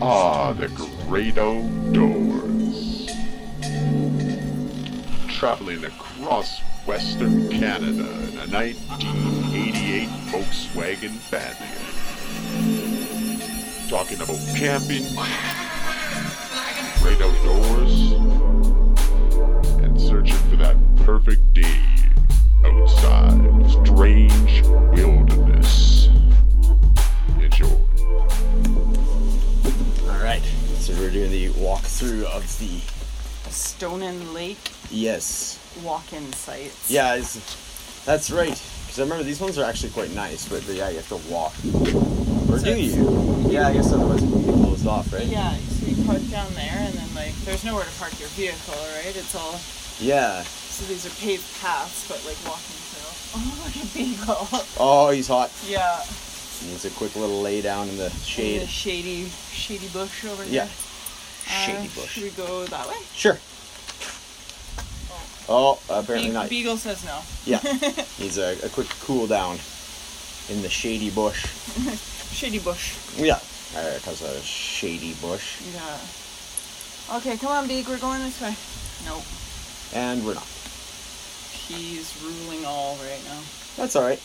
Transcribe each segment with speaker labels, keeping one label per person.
Speaker 1: Ah, the great old doors. Traveling across western Canada in a 1988 Volkswagen Bandit. Talking about camping, great outdoors, and searching for that perfect day outside strange wilderness. Enjoy.
Speaker 2: All right, so we're doing the walkthrough of the
Speaker 3: Stonen Lake
Speaker 2: yes,
Speaker 3: walk-in sites.
Speaker 2: yeah, it's, that's right. Because I remember these ones are actually quite nice, but yeah, you have to walk. Or do you? Yeah, I guess otherwise it would be closed off, right?
Speaker 3: Yeah, so you park down there, and then like, there's nowhere to park your vehicle, right? It's all
Speaker 2: Yeah.
Speaker 3: so these are paved paths, but like walking trail. Oh, look at Beagle.
Speaker 2: Oh, he's hot.
Speaker 3: yeah,
Speaker 2: Needs a quick little lay down in the shade.
Speaker 3: shady, shady, shady bush over
Speaker 2: Yeah.
Speaker 3: here.
Speaker 2: Shady
Speaker 3: Uh,
Speaker 2: bush.
Speaker 3: Should we go that way?
Speaker 2: Sure. Oh, apparently
Speaker 3: Be-
Speaker 2: not.
Speaker 3: Beagle says no.
Speaker 2: Yeah. Needs a, a quick cool down in the shady bush.
Speaker 3: Shady bush.
Speaker 2: Yeah. Alright, cause a shady bush.
Speaker 3: Yeah. Okay, come on, Beak. We're going this way. Nope.
Speaker 2: And we're not.
Speaker 3: He's ruling all right now.
Speaker 2: That's alright.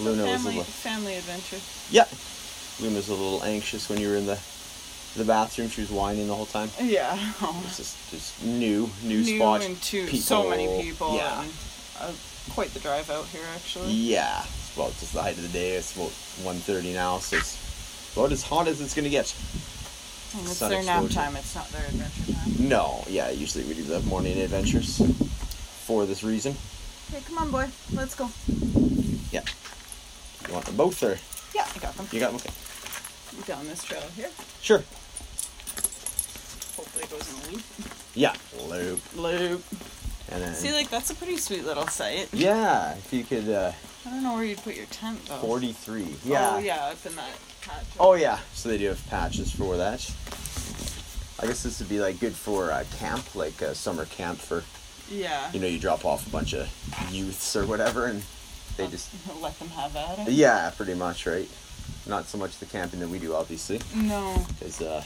Speaker 2: Luna was a
Speaker 3: Family,
Speaker 2: little
Speaker 3: family adventure.
Speaker 2: Yeah. Luna was a little anxious when you were in the the bathroom. She was whining the whole time.
Speaker 3: Yeah. Oh,
Speaker 2: It's just, just new, new,
Speaker 3: New
Speaker 2: spot.
Speaker 3: and to so many people.
Speaker 2: Yeah.
Speaker 3: And, uh, quite the drive out here, actually.
Speaker 2: Yeah. It's about just the height of the day. It's about 1.30 now, so it's about as hot as it's gonna get.
Speaker 3: and it's
Speaker 2: sun
Speaker 3: their nap
Speaker 2: exposure.
Speaker 3: time. It's not their adventure time.
Speaker 2: No, yeah, usually we do the morning adventures for this reason.
Speaker 3: Okay, come on, boy. Let's go.
Speaker 2: Yeah. You want them both or
Speaker 3: Yeah, I got them.
Speaker 2: you got them? Okay.
Speaker 3: down this trail here.
Speaker 2: Sure.
Speaker 3: Hopefully, it goes in a loop.
Speaker 2: Yeah. Loop.
Speaker 3: Loop.
Speaker 2: And then
Speaker 3: See, like that's a pretty sweet little site.
Speaker 2: Yeah, if you could uh
Speaker 3: I don't know where you'd put your tent though.
Speaker 2: forty three. Yeah.
Speaker 3: Oh, yeah, up in that patch.
Speaker 2: Oh yeah, so they do have patches for that. I guess this would be like good for uh, camp, like a summer camp for
Speaker 3: Yeah.
Speaker 2: you know you drop off a bunch of youths or whatever, and they just
Speaker 3: let them have at it.
Speaker 2: yeah, pretty much right. Not so much the camping that we do, obviously,
Speaker 3: No.
Speaker 2: because uh,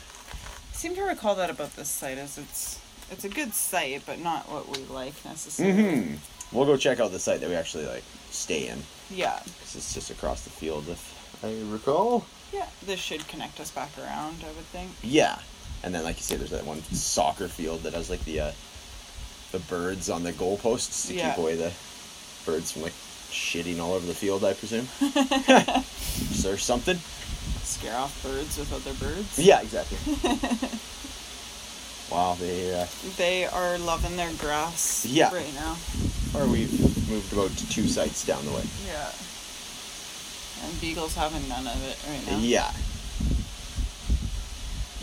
Speaker 3: seem to recall that about this site is it's it's a good site, but not what we like necessarily.
Speaker 2: hmm we'll go check out the site that we actually like stay in,
Speaker 3: Yeah.
Speaker 2: because it's just across the field, if I recall.
Speaker 3: Yeah. This should connect us back around, I would think.
Speaker 2: Yeah, and then like you say, there's that one soccer field that has like the uh, the birds on the goalposts to
Speaker 3: Yeah.
Speaker 2: keep away the birds from like shitting all over the field. I presume. Is there something?
Speaker 3: Scare off birds with other birds.
Speaker 2: Yeah, exactly. wow, they uh,
Speaker 3: They are loving their grass
Speaker 2: Yeah.
Speaker 3: right now.
Speaker 2: or we've moved about two sites down the way.
Speaker 3: Yeah. And Beagle's having none of it right now.
Speaker 2: Yeah.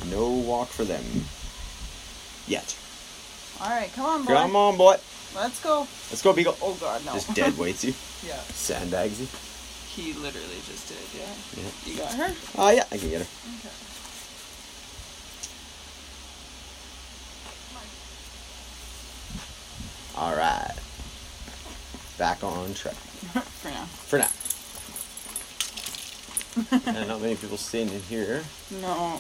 Speaker 2: No walk for them. Yet.
Speaker 3: Alright, come on, boy.
Speaker 2: Come on, boy.
Speaker 3: Let's go.
Speaker 2: Let's go, Beagle.
Speaker 3: Oh god, no.
Speaker 2: Just dead weights you.
Speaker 3: yeah.
Speaker 2: Sandbags you.
Speaker 3: He literally just did, yeah.
Speaker 2: Yeah.
Speaker 3: You got her?
Speaker 2: Oh, yeah, I can get her.
Speaker 3: Okay.
Speaker 2: All right. Back on track
Speaker 3: For now.
Speaker 2: for now. and not many people staying in here.
Speaker 3: No.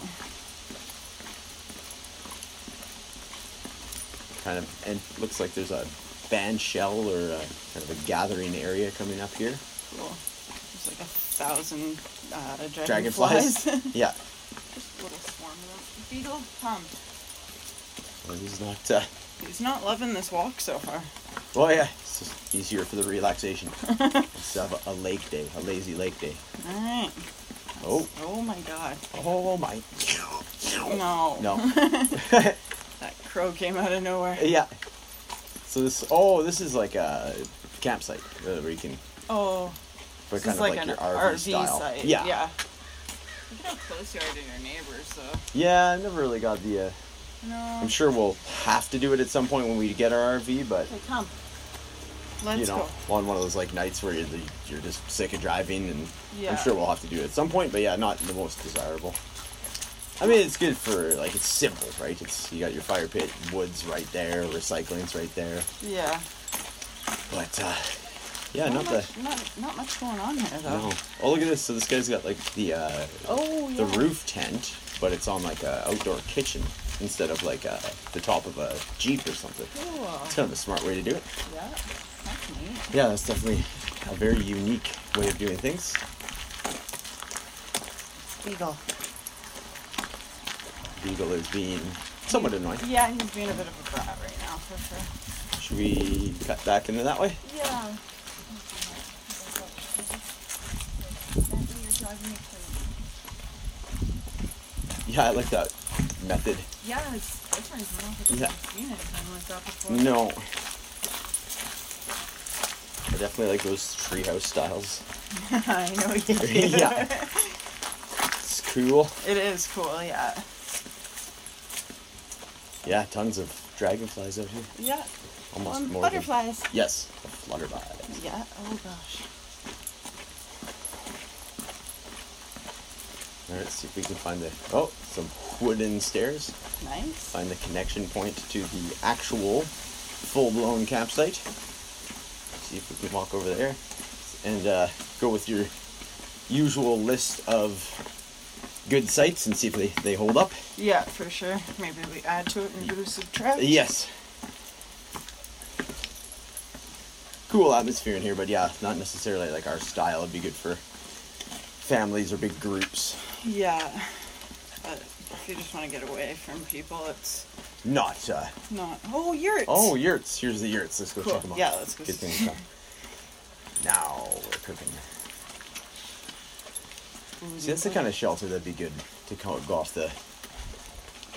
Speaker 2: Kind of, and looks like there's a band shell or a, kind of a gathering area coming up here.
Speaker 3: Cool. There's like a thousand uh,
Speaker 2: Dragonflies.
Speaker 3: dragonflies.
Speaker 2: yeah.
Speaker 3: Just a little swarm of them. Beagle, come.
Speaker 2: Well, he's not. Uh,
Speaker 3: He's not loving this walk so far.
Speaker 2: well, yeah. It's just easier for the relaxation. Let's have a, a lake day, a lazy lake day.
Speaker 3: All right.
Speaker 2: Oh.
Speaker 3: Oh my god.
Speaker 2: Oh my.
Speaker 3: No.
Speaker 2: No.
Speaker 3: That crow came out of nowhere.
Speaker 2: yeah. So this. Oh, this is like a campsite uh, where you can.
Speaker 3: Oh.
Speaker 2: But
Speaker 3: This
Speaker 2: kind
Speaker 3: is
Speaker 2: of
Speaker 3: like,
Speaker 2: like,
Speaker 3: an
Speaker 2: your
Speaker 3: RV,
Speaker 2: RV, style.
Speaker 3: site.
Speaker 2: Yeah.
Speaker 3: Yeah. Look at how close you are to your neighbors, though.
Speaker 2: Yeah, I never really got the. Uh,
Speaker 3: No.
Speaker 2: I'm sure we'll have to do it at some point when we get our RV, but
Speaker 3: Okay, come. Let's
Speaker 2: you know,
Speaker 3: go.
Speaker 2: on one of those like nights where you're, the, you're just sick of driving, and I'm
Speaker 3: Yeah.
Speaker 2: sure we'll have to do it at some point. But yeah, not the most desirable. I mean, it's good for like it's simple, right? It's you got your fire pit, woods right there, recycling's right there,
Speaker 3: Yeah.
Speaker 2: but uh, Yeah, not,
Speaker 3: much,
Speaker 2: the.
Speaker 3: Not, not much going on here though.
Speaker 2: No. Oh, look at this. So this guy's got like the uh,
Speaker 3: Oh yeah.
Speaker 2: the roof tent, but it's on like a outdoor kitchen instead of like uh, the top of a jeep or something.
Speaker 3: Cool.
Speaker 2: It's kind of a smart way to do it.
Speaker 3: Yeah. That's neat.
Speaker 2: Yeah, that's definitely a very unique way of doing things.
Speaker 3: Beagle.
Speaker 2: Beagle is being somewhat annoying.
Speaker 3: Yeah, he's being a bit of a brat right now for sure.
Speaker 2: Should we cut back into that way?
Speaker 3: Yeah.
Speaker 2: Yeah, I like that method.
Speaker 3: Yeah, it's different. I don't think
Speaker 2: Yeah.
Speaker 3: I've seen anything like that before.
Speaker 2: No. I definitely like those treehouse styles.
Speaker 3: I know you do.
Speaker 2: Yeah. It's cool.
Speaker 3: It is cool, yeah.
Speaker 2: Yeah, tons of dragonflies out here.
Speaker 3: Yeah.
Speaker 2: Almost
Speaker 3: um,
Speaker 2: more
Speaker 3: butterflies.
Speaker 2: Than, yes, the flutterby.
Speaker 3: Yeah. Oh gosh.
Speaker 2: All right, see if we can find the oh some wooden stairs.
Speaker 3: Nice.
Speaker 2: Find the connection point to the actual full-blown campsite. See if we can walk over there and uh, go with your usual list of good sites and see if they, they hold up.
Speaker 3: Yeah, for sure. Maybe we add to it, maybe we subtract.
Speaker 2: Yes. Cool atmosphere in here, but yeah, not necessarily like our style. It'd be good for families or big groups.
Speaker 3: Yeah. But if you just want to get away from people, it's
Speaker 2: Not. Uh,
Speaker 3: not. Oh, yurts.
Speaker 2: oh, yurts. Here's the yurts. Let's go
Speaker 3: Cool.
Speaker 2: check them out.
Speaker 3: Yeah, let's go
Speaker 2: Good
Speaker 3: see.
Speaker 2: thing we come. Now we're cooking. See, that's the kind of shelter that'd be good to come go off the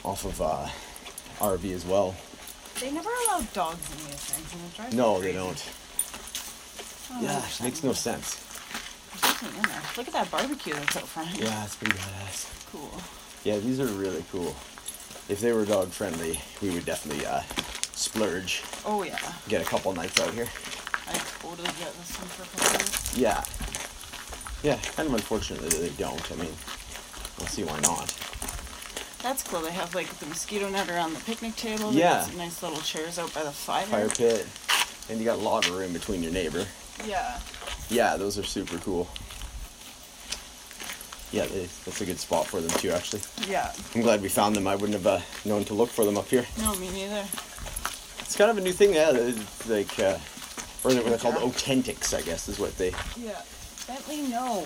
Speaker 2: off of uh, RV as well.
Speaker 3: They never allow dogs in these things, and it drives me
Speaker 2: No, they
Speaker 3: crazy.
Speaker 2: don't.
Speaker 3: Oh,
Speaker 2: Yeah,
Speaker 3: that's
Speaker 2: makes
Speaker 3: something.
Speaker 2: no sense.
Speaker 3: There's nothing in there. Look at that barbecue that's out front.
Speaker 2: Yeah, it's pretty badass.
Speaker 3: Cool.
Speaker 2: Yeah, these are really cool. If they were dog friendly, we would definitely uh, splurge,
Speaker 3: Oh yeah.
Speaker 2: get a couple nights out here.
Speaker 3: I totally get this one for Christmas.
Speaker 2: Yeah. Yeah, kind of unfortunate that they don't. I mean, we'll see why not.
Speaker 3: That's cool. They have like the mosquito net around the picnic table. They
Speaker 2: Yeah.
Speaker 3: got some nice little chairs out by the fire.
Speaker 2: Fire pit, and you got a lot of room between your neighbor.
Speaker 3: Yeah.
Speaker 2: Yeah, those are super cool. Yeah, they, that's a good spot for them too, actually.
Speaker 3: Yeah.
Speaker 2: I'm glad we found them. I wouldn't have uh, known to look for them up here.
Speaker 3: No, me neither.
Speaker 2: It's kind of a new thing, yeah. it's Like, uh, or they're, they're called authentics, I guess, is what they
Speaker 3: Yeah. Bentley, no.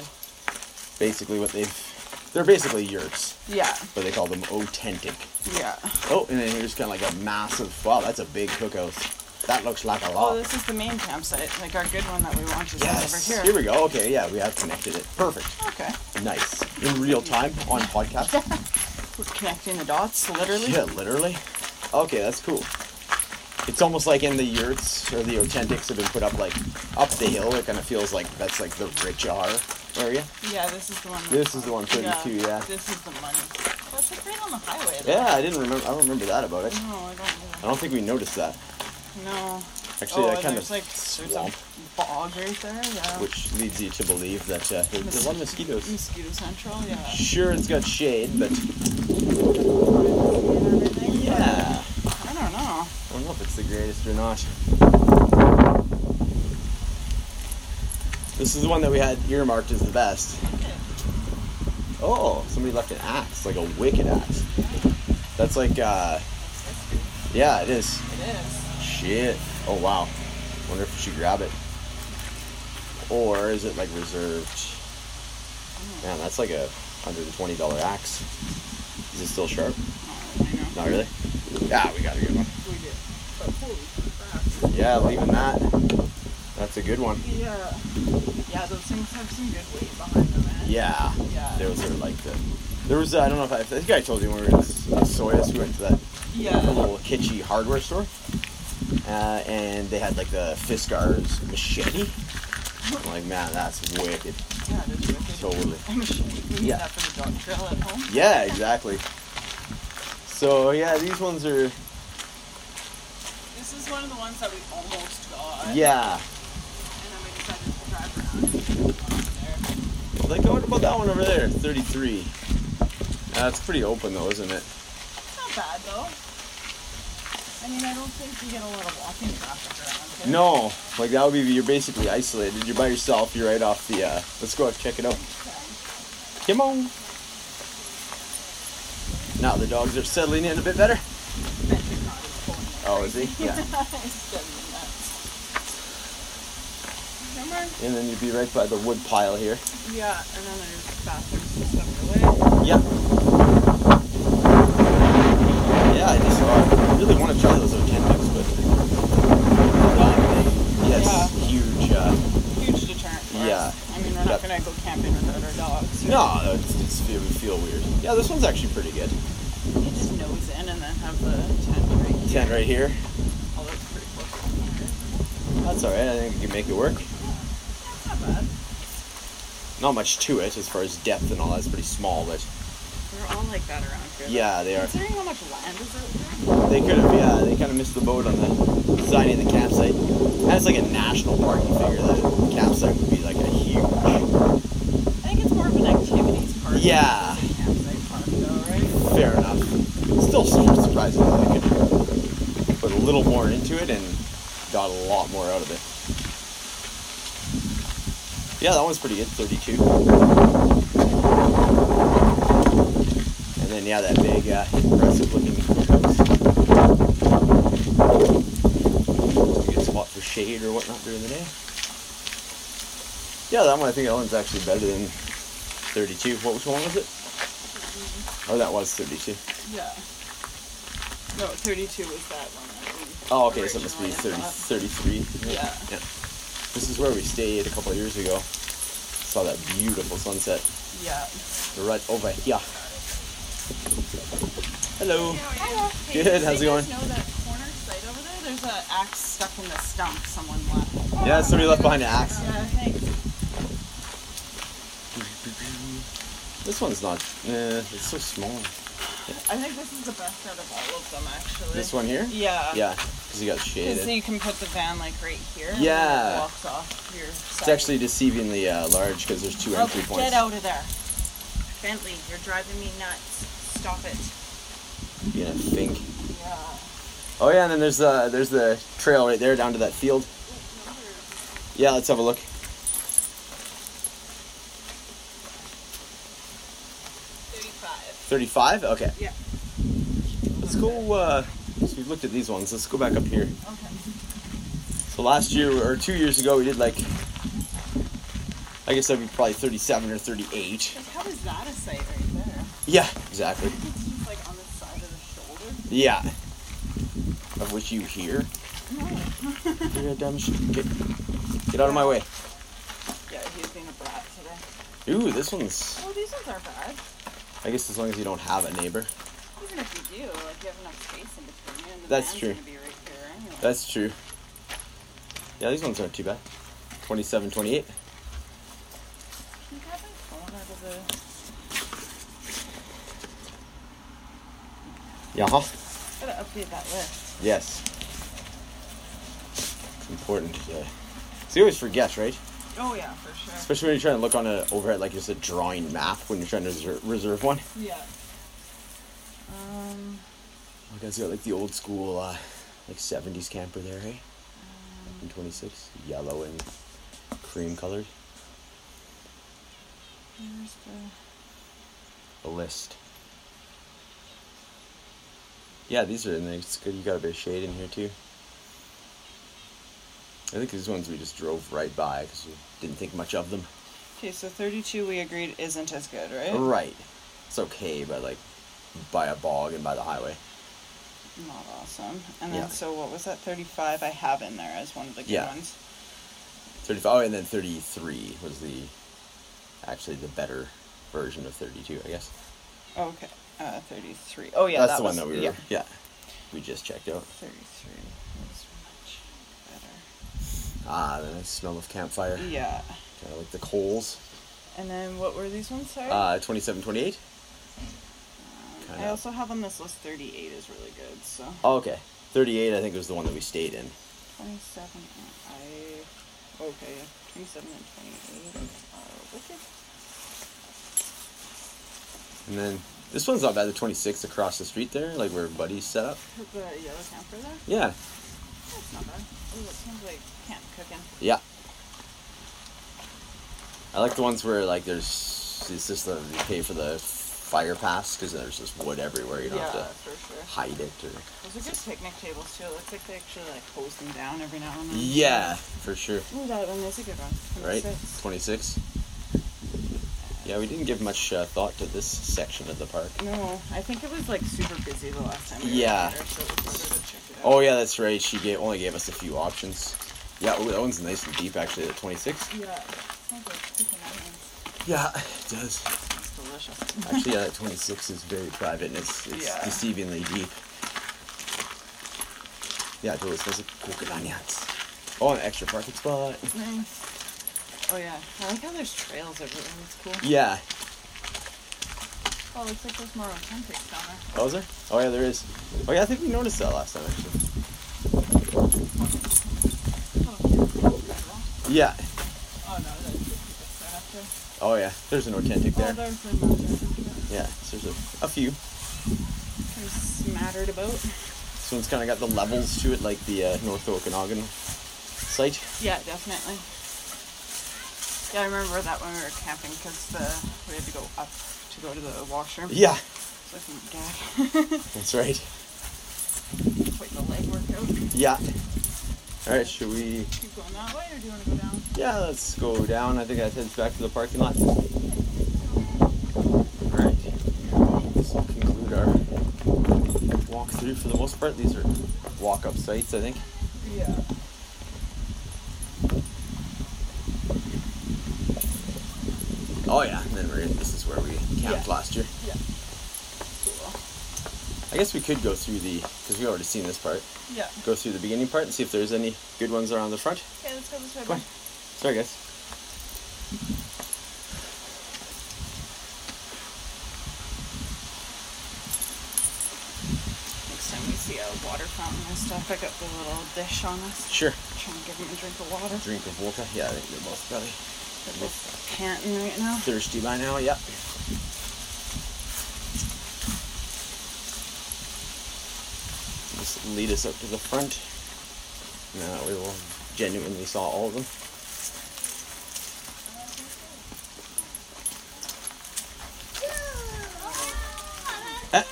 Speaker 2: basically what they've they're basically yurts
Speaker 3: Yeah.
Speaker 2: but they call them authentic
Speaker 3: Yeah.
Speaker 2: oh and then here's kind of like a massive wow that's a big cookhouse that looks like a lot
Speaker 3: Oh, this is the main campsite. Like our good one that we want is
Speaker 2: yes
Speaker 3: over
Speaker 2: here
Speaker 3: here.
Speaker 2: we go okay yeah we have connected it perfect
Speaker 3: Okay.
Speaker 2: nice in real time on podcast
Speaker 3: We're connecting the dots, literally.
Speaker 2: yeah literally okay that's cool it's almost like in the yurts or the authentics have been put up like up the hill it kind of feels like that's like the rich R area
Speaker 3: Yeah, this is the one.
Speaker 2: This is the one, 32, yeah.
Speaker 3: This is the money. That's like right on the highway. though.
Speaker 2: yeah i didn't remember i don't remember that about it
Speaker 3: No, I don't
Speaker 2: i don't think we noticed that
Speaker 3: know. No.
Speaker 2: actually
Speaker 3: oh,
Speaker 2: that
Speaker 3: and
Speaker 2: kind
Speaker 3: there's
Speaker 2: of
Speaker 3: like
Speaker 2: swamp
Speaker 3: there's a bog right there. Yeah.
Speaker 2: which leads you to believe that uh, there's a lot of mosquitoes.
Speaker 3: Mosquito Central. Yeah.
Speaker 2: Sure, it's got shade, but
Speaker 3: And everything,
Speaker 2: yeah,
Speaker 3: but I don't know.
Speaker 2: I don't know if it's the greatest or not. This is the one that we had earmarked as the best. Oh, somebody left an axe, like a wicked axe. That's like, uh, yeah, it is.
Speaker 3: It is.
Speaker 2: Shit. Oh wow. Wonder if she grab it. Or is it like reserved? Man, that's like a hundred and twenty dollar axe. Is it still sharp?
Speaker 3: I know.
Speaker 2: Not really. Yeah, we got a good one.
Speaker 3: We did. But holy crap.
Speaker 2: Yeah, leaving that. That's a good one.
Speaker 3: Yeah. Yeah, those things have some good weight behind them. eh?
Speaker 2: Yeah.
Speaker 3: Yeah.
Speaker 2: There was sort of like the. There was uh, I don't know if I, I think I told you when we were in Soyuz we went to that a
Speaker 3: Yeah.
Speaker 2: little kitschy hardware store. Uh, and they had like the Fiskar's machete. I'm like, man, that's wicked.
Speaker 3: Yeah, it is wicked.
Speaker 2: Totally.
Speaker 3: I'm sure we need
Speaker 2: Yeah.
Speaker 3: that for the dog trail at home.
Speaker 2: Yeah, exactly. So yeah, these ones are
Speaker 3: This is one of the ones that we almost got.
Speaker 2: yeah.
Speaker 3: And then we decided to drive around and get the one up there.
Speaker 2: Well, like what about that one over there? Thirty-three. That's pretty open though, isn't it?
Speaker 3: Not bad though. I mean, I don't think you get a lot of walking traffic around here.
Speaker 2: No, like that would be you're basically isolated. You're by yourself. You're right off the. Uh, let's go out and check it out. Come on. Now the dogs are settling in a bit better.
Speaker 3: Benji's not even pulling it.
Speaker 2: Oh, is he? Yeah.
Speaker 3: It's driving me nuts. Remember?
Speaker 2: and then you'd be right by the wood pile here.
Speaker 3: Yeah, and then there's bathrooms just up your way.
Speaker 2: Yep. Yeah, I just saw. I really want to try those Otendics, but yes, huge. Uh,
Speaker 3: Yeah, huge deterrent for
Speaker 2: Yeah.
Speaker 3: us. I mean, we're
Speaker 2: Yep.
Speaker 3: not going to go camping without our dogs. right?
Speaker 2: no, it's, it's, it would feel weird. Yeah, this one's actually pretty good.
Speaker 3: You just nose in and then have the tent right here.
Speaker 2: Tent right here.
Speaker 3: Oh, that's pretty close.
Speaker 2: That's all right. I think we can make it work.
Speaker 3: Not bad.
Speaker 2: Not much to it as far as depth and all. That's pretty small, but
Speaker 3: They're all like that around here.
Speaker 2: yeah, they are.
Speaker 3: Considering how much land is out
Speaker 2: They could have, yeah. They kind of missed the boat on the designing the campsite. And it's like a national park. You figure that campsite would be like a huge.
Speaker 3: there, I think it's more of an activities park. than it is a
Speaker 2: Yeah.
Speaker 3: campsite park, though, right?
Speaker 2: Fair enough. Still, so surprising that they could put a little more into it and got a lot more out of it. Yeah, that one's pretty good. Thirty-two. And then yeah, that big, uh, impressive-looking cookhouse. It's a good spot for shade or whatnot during the day. Yeah, that one I think that one's actually better than thirty-two. What which one was it? Oh, that was 32.
Speaker 3: Yeah. No, 32 was that one. that we
Speaker 2: Oh, okay, so it must be
Speaker 3: originally
Speaker 2: 30,
Speaker 3: had.
Speaker 2: 33.
Speaker 3: Yeah.
Speaker 2: yeah. This is where we stayed a couple of years ago. Saw that beautiful sunset
Speaker 3: Yeah.
Speaker 2: right over here. Hello.
Speaker 3: Hello.
Speaker 2: Good, how's it going?
Speaker 3: know that corner site over there? There's an axe stuck in the stump someone left.
Speaker 2: Yeah, somebody left behind an axe.
Speaker 3: Yeah, thanks.
Speaker 2: This one's not. Uh, it's so small.
Speaker 3: I think this is the best out of all of them, actually.
Speaker 2: This one here?
Speaker 3: Yeah.
Speaker 2: Yeah, because you got
Speaker 3: Because
Speaker 2: shaded.
Speaker 3: you can put the van like right here. and then it
Speaker 2: Yeah.
Speaker 3: walks off your.
Speaker 2: It's
Speaker 3: Side.
Speaker 2: actually deceivingly uh, large because there's two
Speaker 3: Oh,
Speaker 2: entry
Speaker 3: get
Speaker 2: points.
Speaker 3: out of there, Bentley! You're driving me nuts. Stop it.
Speaker 2: You know, think.
Speaker 3: Yeah.
Speaker 2: Oh yeah, and then there's the there's the trail right there down to that field. Yeah, let's have a look.
Speaker 3: Thirty-five.
Speaker 2: 35? Okay.
Speaker 3: Yeah.
Speaker 2: Let's go. Uh, so we've looked at these ones. Let's go back up here.
Speaker 3: Okay.
Speaker 2: So last year or two years ago, we did like, I guess that'd be probably 37 or 38.
Speaker 3: Like, how is that a site right there?
Speaker 2: Yeah, exactly.
Speaker 3: It's just like on the side of the shoulder.
Speaker 2: Yeah. Of which you hear. You're a dumb sh- Get, get out of my way.
Speaker 3: Yeah, he was being a brat today.
Speaker 2: Ooh, this one's.
Speaker 3: Oh, these ones are bad.
Speaker 2: I guess as long as you don't have a neighbor.
Speaker 3: Even if you do, like you have enough space in between you, and the
Speaker 2: That's
Speaker 3: van's
Speaker 2: true.
Speaker 3: gonna be right there anyway.
Speaker 2: That's true. Yeah, these ones aren't too bad. 27, 28.
Speaker 3: Can you grab my phone out of the?
Speaker 2: Yeah, huh?
Speaker 3: Gotta update that list.
Speaker 2: Yes. It's important to. So you always forget, right?
Speaker 3: Oh yeah, for sure.
Speaker 2: Especially when you're trying to look on a over at like just a drawing map when you're trying to reserve, reserve one.
Speaker 3: Yeah. Um.
Speaker 2: You guys got like the old school, uh, like '70s camper there, hey? In 26, yellow and cream colored.
Speaker 3: Where's the?
Speaker 2: A list. Yeah, these are in there. It's good. You got a bit of shade in here too. I think these ones we just drove right by because we didn't think much of them.
Speaker 3: Okay, so 32 we agreed isn't as good, right?
Speaker 2: Right. It's okay, but like by a bog and by the highway.
Speaker 3: Not awesome. And then
Speaker 2: Yeah.
Speaker 3: so what was that? 35 I have in there as one of the good
Speaker 2: Yeah.
Speaker 3: ones.
Speaker 2: 35. Oh, and then 33 was the actually the better version of 32, I guess.
Speaker 3: Okay. Uh, 33. Oh yeah,
Speaker 2: That's
Speaker 3: that
Speaker 2: the
Speaker 3: was,
Speaker 2: one that we were.
Speaker 3: Yeah.
Speaker 2: Yeah. We just checked out.
Speaker 3: 33 was much better.
Speaker 2: Ah, the nice smell of campfire.
Speaker 3: Yeah.
Speaker 2: Kind of like the coals.
Speaker 3: And then what were these ones? Sorry.
Speaker 2: Uh, 27, 28.
Speaker 3: I
Speaker 2: kinda-
Speaker 3: also have on this list 38 is really good. So
Speaker 2: Oh, okay. 38, I think, was the one that we stayed in.
Speaker 3: 27 and I. Okay, yeah, 27 and 28 are wicked.
Speaker 2: And then This one's not bad. The 26 across the street there, like where Buddy's set up.
Speaker 3: The yellow camper there?
Speaker 2: Yeah,
Speaker 3: That's not bad. Ooh, it sounds like camp cooking.
Speaker 2: yeah. I like the ones where like there's it's just the you pay for the fire pass because there's just wood everywhere. You don't
Speaker 3: yeah,
Speaker 2: have
Speaker 3: for sure.
Speaker 2: to hide it or.
Speaker 3: Those are good picnic tables too. It looks like they actually like hose them down every now and then.
Speaker 2: Yeah, for sure.
Speaker 3: Ooh, that one is a good one.
Speaker 2: Right,
Speaker 3: 26.
Speaker 2: 26. Yeah, we didn't give much uh, thought to this section of the park.
Speaker 3: No, I think it was like super busy the last time. We
Speaker 2: Yeah.
Speaker 3: Were there, so it was better to check it out.
Speaker 2: Oh yeah, that's right. She gave only gave us a few options. Yeah, oh, that one's nice and deep actually. The 26.
Speaker 3: Yeah. Sounds like chicken onions.
Speaker 2: Yeah, it does.
Speaker 3: It's delicious.
Speaker 2: Actually, yeah, that 26 is very private and it's, it's
Speaker 3: Yeah.
Speaker 2: deceivingly deep. Yeah, it always has a crooked onions. Oh, an extra parking spot.
Speaker 3: Nice. Oh yeah. I like how there's trails everywhere. It's cool.
Speaker 2: Yeah.
Speaker 3: Oh, looks like there's more authentic down there.
Speaker 2: Oh, is there? Oh, yeah, there is. Oh, yeah, I think we noticed that last time, actually.
Speaker 3: Oh,
Speaker 2: Yeah.
Speaker 3: no, that's just right after.
Speaker 2: Oh, yeah. There's an authentic
Speaker 3: Oh,
Speaker 2: there.
Speaker 3: there's the mountain.
Speaker 2: Yeah, so there's a, a few.
Speaker 3: Kind of smattered about.
Speaker 2: This one's kind of got the levels to it, like the uh, North Okanagan site.
Speaker 3: Yeah, definitely. Yeah, I remember that when we were camping because we had to go up to go to the washroom.
Speaker 2: Yeah,
Speaker 3: So I think God,
Speaker 2: that's right.
Speaker 3: quite the leg workout.
Speaker 2: Yeah. All right, should we?
Speaker 3: Keep going that way, or do you want to go down?
Speaker 2: Yeah, let's go down. I think that heads back to the parking lot. All right. This will conclude our walk through for the most part. These are walk up sites, I think.
Speaker 3: Yeah.
Speaker 2: Oh yeah, and then we're in. This is where we camped
Speaker 3: Yeah.
Speaker 2: last year.
Speaker 3: Yeah. Cool.
Speaker 2: I guess we could go through the because we already seen this part.
Speaker 3: Yeah.
Speaker 2: Go through the beginning part and see if there's any good ones around the front.
Speaker 3: Okay, let's go this way.
Speaker 2: Come on.
Speaker 3: then.
Speaker 2: Sorry, guys.
Speaker 3: Next time we see a water fountain and stuff, I got the little dish on us.
Speaker 2: Sure.
Speaker 3: Trying to give him a drink of water.
Speaker 2: Drink of water. Yeah, I think they're both probably
Speaker 3: They're both panting right now.
Speaker 2: thirsty by now. Yeah. Just lead us up to the front. Now we will genuinely saw all of them. Ah. Eh.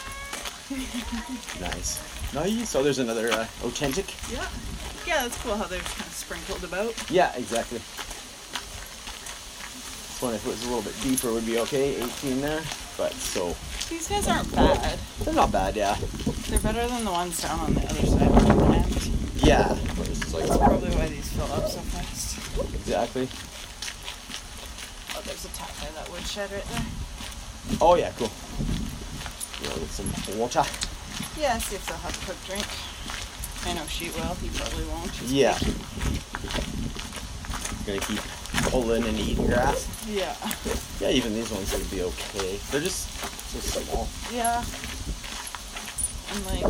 Speaker 2: nice. Nice. So there's another uh, authentic.
Speaker 3: Yeah. Yeah, that's cool how they're kind of sprinkled about.
Speaker 2: Yeah, exactly. This one, if it was a little bit deeper, would be okay. 18 there, but so
Speaker 3: These guys aren't bad.
Speaker 2: they're not bad. Yeah,
Speaker 3: They're better than the ones down on the other side of the end.
Speaker 2: yeah. It's just
Speaker 3: That's
Speaker 2: like
Speaker 3: probably why these fill up so fast.
Speaker 2: exactly.
Speaker 3: Oh, there's a tap by that woodshed right there.
Speaker 2: Oh yeah, cool. Yeah, with some water.
Speaker 3: Yeah, see if they'll have a quick drink. I know she will. He probably won't.
Speaker 2: Yeah. Gonna keep pulling and eating grass.
Speaker 3: Yeah.
Speaker 2: Yeah, even these ones would be okay. They're just so small.
Speaker 3: Yeah. And like,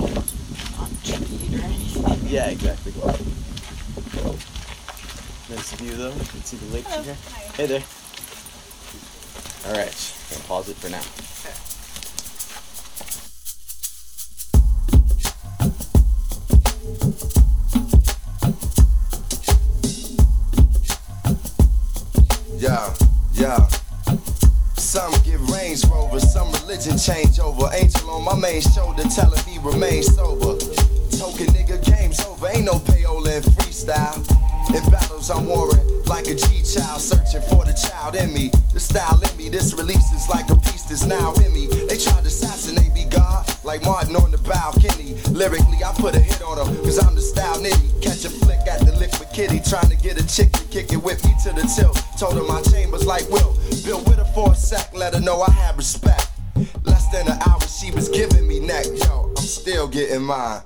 Speaker 3: not cheat or anything.
Speaker 2: Yeah, exactly. Nice view though. You can see the lake from
Speaker 3: Hello.
Speaker 2: here.
Speaker 3: Hi.
Speaker 2: Hey there. All right, gonna pause it for now.
Speaker 4: Yeah, yeah. Some get Range Rovers, some religion change over. Angel on my main shoulder, telling me remain sober. Token nigga, game's over. Ain't no payola in freestyle. In battles I'm warring, like a G child, searching for the child in me. The style in me, this release is like a piece that's now in me. They tried to assassinate me, God, like Martin on the balcony. Lyrically, I put a hit on them, cause I'm the style nitty. Catch a flick at the liquid kitty, trying to get a chick to kick it with me to the tilt. Told her my chambers like Will. Bill with her for a sec, let her know I had respect. Less than an hour, she was giving me neck. Yo, I'm still getting mine.